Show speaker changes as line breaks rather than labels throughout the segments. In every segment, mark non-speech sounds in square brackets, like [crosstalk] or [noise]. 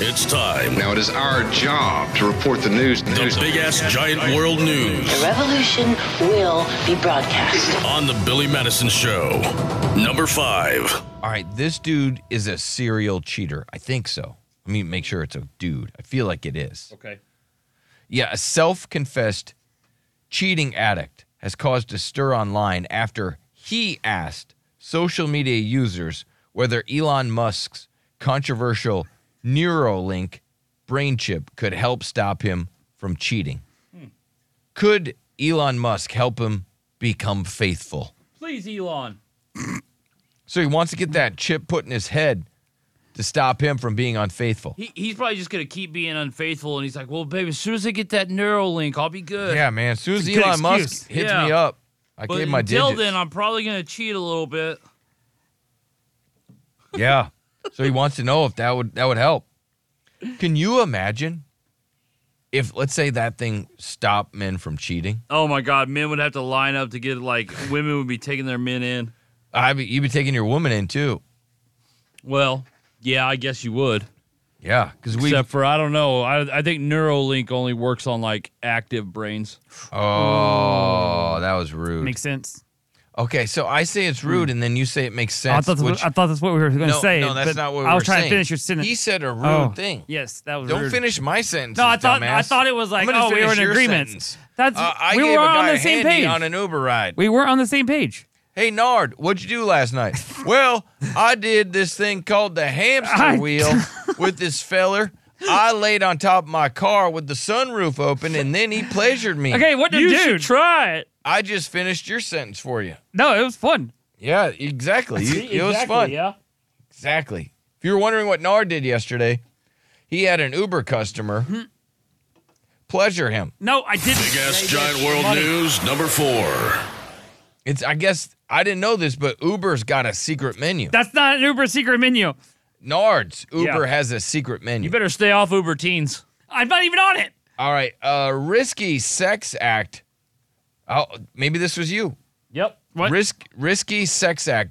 It's time.
Now it is our job to report the news.
The big ass giant world news
The revolution will be broadcast.
on the Billy Madison Show. Number five.
All right, this dude is a serial cheater. I think so. Let me make sure it's a dude. I feel like it is.
Okay.
Yeah, a self confessed cheating addict has caused a stir online after he asked social media users whether Elon Musk's controversial Neuralink brain chip could help stop him from cheating. Could Elon Musk help him become faithful?
Please, Elon.
So he wants to get that chip put in his head to stop him from being unfaithful.
He, he's probably just gonna keep being unfaithful, and he's like, "Well, babe, as soon as I get that Neuralink, I'll be good."
Yeah, man. As soon as
It's a good
Elon Musk
excuse.
hits
Yeah.
me up, I
But
gave my
until
digits.
then, I'm probably gonna cheat a little bit.
[laughs]
yeah. So he wants to know if that would that would help. Can you imagine if let's say that thing stopped men from cheating?
Oh my God, men would have to line up to get like [laughs] women would be taking their men in.
I be, you'd be taking your woman in too.
Well, yeah, I guess you would.
Yeah, because we.
Except for I don't know. I I think Neuralink only works on like active brains.
oh, that was rude.
Makes sense.
okay, so I say it's rude, and then you say it makes sense.
I thought that's
which-
what, I thought that's what we were going to
no,
say.
no, that's
but
not what we
I was
were
trying
saying.
to finish your sentence.
He said a rude
Oh,
thing.
Yes, that was
Don't
rude.
finish my sentence.
No, I thought
dumbass.
I thought it was like
I'm gonna
oh we
finish
were in
your
agreement.
sentence.
That's
Uh, I
we
gave
were
a guy
on
a
the same
handy
page.
on an Uber ride.
we were on the same page.
hey Nard, what'd you do last
[laughs]
night? well, I did this thing called the hamster
I- [laughs]
wheel with this feller. I laid on top of my car with the sunroof open, and then he pleasured me.
Okay, what did
You
dude?
should
try it.
I just finished your sentence for you.
No, it was fun.
Yeah,
[laughs]
exactly. You- it was fun.
Yeah.
Exactly. If you were wondering what Nard did yesterday, he had an Uber customer
Hmm.
pleasure him.
No, I didn't.
Big ass giant world news. Number four.
It's I guess I didn't know this, but Uber's got a secret menu.
That's not an Uber secret menu.
Nards Uber
Yeah.
has a secret menu.
You better stay off Uber teens.
I'm not even on it.
All right, uh, risky sex act. Oh, maybe this was you.
[laughs] Yep.
What?
Risk risky sex act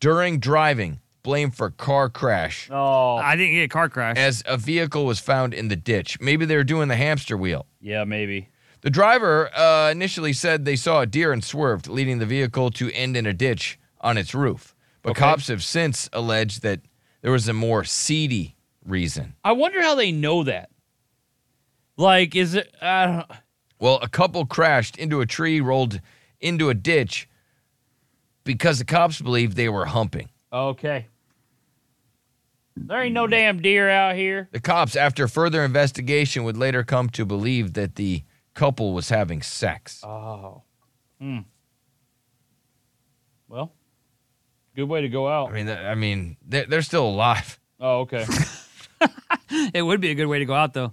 during driving. Blamed for car crash
Oh.
I didn't get a car crash.
as a vehicle was found in the ditch. Maybe they were doing the hamster wheel.
Yeah, maybe.
The driver uh, initially said they saw a deer and swerved, leading the vehicle to end in a ditch on its roof. But cops have since alleged that there was a more seedy reason.
I wonder how they know that. Like, is it? I don't.
Well, a couple crashed into a tree, rolled into a ditch because the cops believed they were humping.
Okay. There ain't no damn deer out here.
The cops, after further investigation, would later come to believe that the couple was having sex.
Oh. Hmm. Well, good way to go out.
I mean, th- I mean, they're, they're still alive. [laughs]
oh, okay.
it would be a good way to go out though.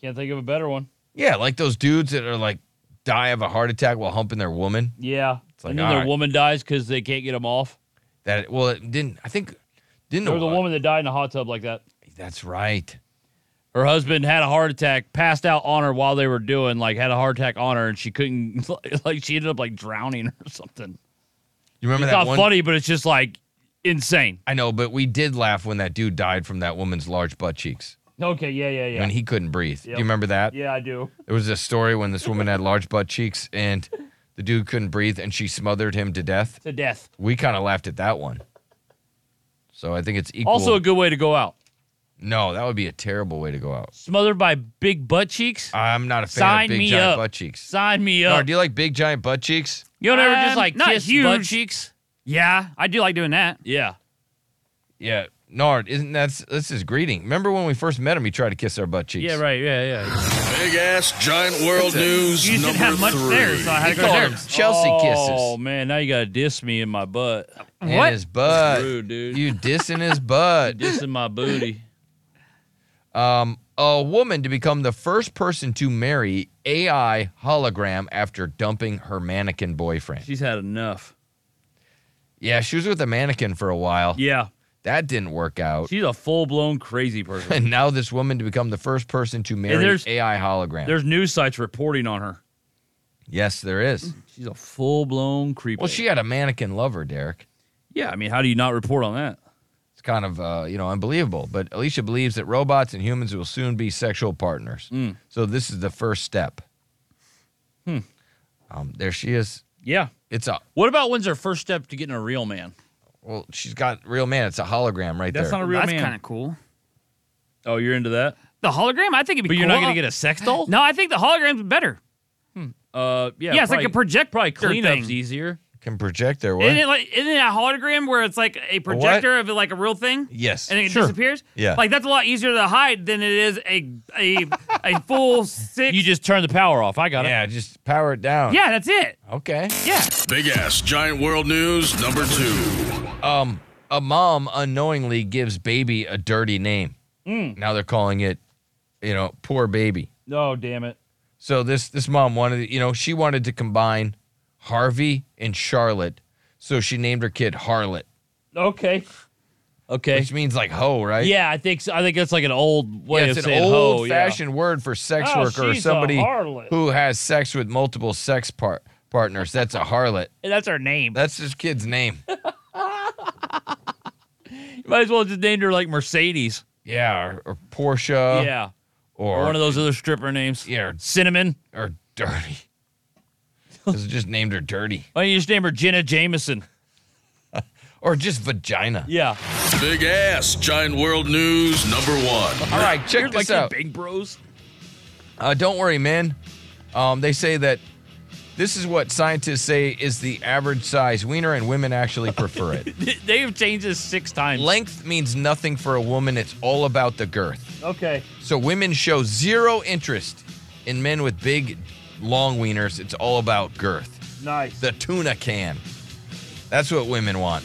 Can't think of a better one.
Yeah, like those dudes that are like die of a heart attack while humping their woman.
Yeah.
like,
and then their
alright.
woman dies because they can't get them off.
That well, it didn't. I think didn't.
There was a
uh,
woman that died in a hot tub like that.
That's right.
Her husband had a heart attack, passed out on her while they were doing, like, had a heart attack on her, and she couldn't, [laughs] like, she ended up, like, drowning or something.
You remember
It's
that
not
one?
funny, but it's just, like, insane.
I know, but we did laugh when that dude died from that woman's large butt cheeks.
Okay. Yeah, yeah, yeah.
When he couldn't breathe. Do
Yep.
you remember that?
yeah, I do.
There was a story when this woman had large butt cheeks and the dude couldn't breathe and she smothered him to death.
To death.
We kind of laughed at that one. So I think it's equal.
Also, a good way to go out.
no, that would be a terrible way to go out.
Smothered by big butt cheeks.
Uh,
I'm not a fan
Sign
of big
me
giant
up.
butt cheeks.
Sign me
Nard,
up.
do you like big giant butt cheeks?
you don't ever just
Um,
like
not
kiss butt
huge.
cheeks?
Yeah, I do like doing that.
Yeah.
Yeah. Nard, isn't that's this is greeting? Remember when we first met him? He tried to kiss our butt cheeks.
Yeah, right. Yeah, yeah.
Big ass giant world news.
You
number
didn't have much
three.
there, so I had to
They
go
call
there.
them Chelsea
oh,
kisses.
man, now you gotta diss me in my butt.
And
What?
his butt.
Rude, dude.
You dissing his
[laughs]
butt.
This is my booty.
Um, a woman to become the first person to marry AI hologram after dumping her mannequin boyfriend.
She's had enough.
yeah, she was with a mannequin for a while.
Yeah.
That didn't work out.
She's a full blown crazy
[laughs]
person.
and now this woman to become the first person to marry
there's-
AI hologram.
There's news sites reporting on her.
yes, there is.
She's a full blown creep.
Well, she had a mannequin lover, Derek.
Yeah, I mean, how do you not report on that?
It's kind of uh, you know unbelievable. But Alicia believes that robots and humans will soon be sexual partners. So this is the first step. Hmm. Um, there she is.
Yeah.
It's a
What about when's her first step to getting a real man?
well. She's got real man. It's a hologram right
That's
there.
not a real
That's
man.
kind of cool.
oh, you're into that?
The hologram? I think it'd be
But you're
cool.
not going to get a sex doll?
No, I think the hologram's better.
Uh, yeah.
Yeah, it's like a projector
probably cleanup's
thing.
easier.
Can project their what?
Isn't it like isn't it a hologram where it's like a projector of like a real thing?
Yes.
And then it
Sure.
disappears?
Yeah.
Like that's a lot easier to hide than it is a a a
[laughs]
full six
You just turn the power off. I got it.
yeah, just power it down.
Yeah, that's it.
Okay.
Yeah.
Big Ass Giant World News number two.
Um, a mom unknowingly gives baby a dirty name. Now they're calling it, you know, poor baby.
No, Oh, damn it.
So this this mom wanted, you know, she wanted to combine Harvey and Charlotte, so she named her kid Harlot,
Okay. Okay.
which means like hoe, right?
Yeah, I think so. I think that's like an old
Yeah,
way
it's
of
an
saying hoe,
old fashioned word for sex
Oh,
worker or
she's a
somebody
harlot.
who has sex with multiple sex par- partners. That's a harlot.
Yeah. That's her name.
That's this kid's
[laughs]
name.
You might as well just named her like Mercedes.
Yeah, or, or Portia.
yeah.
or,
Or one of those other stripper names.
Yeah, or
Cinnamon.
or dirty. This is just named her dirty.
Why don't you just name her Jenna Jameson?
Or just vagina.
[laughs] Yeah.
Big Ass Giant World News number one.
All right, check this out.
big bros. [laughs]
Uh, don't worry, man. Um, they say that this is what scientists say is the average size wiener, and women actually prefer it.
They have changed this six times.
Length means nothing for a woman, it's all about the girth.
Okay.
So women show zero interest in men with big, long wieners. It's all about girth.
Nice.
The tuna can. That's what women want.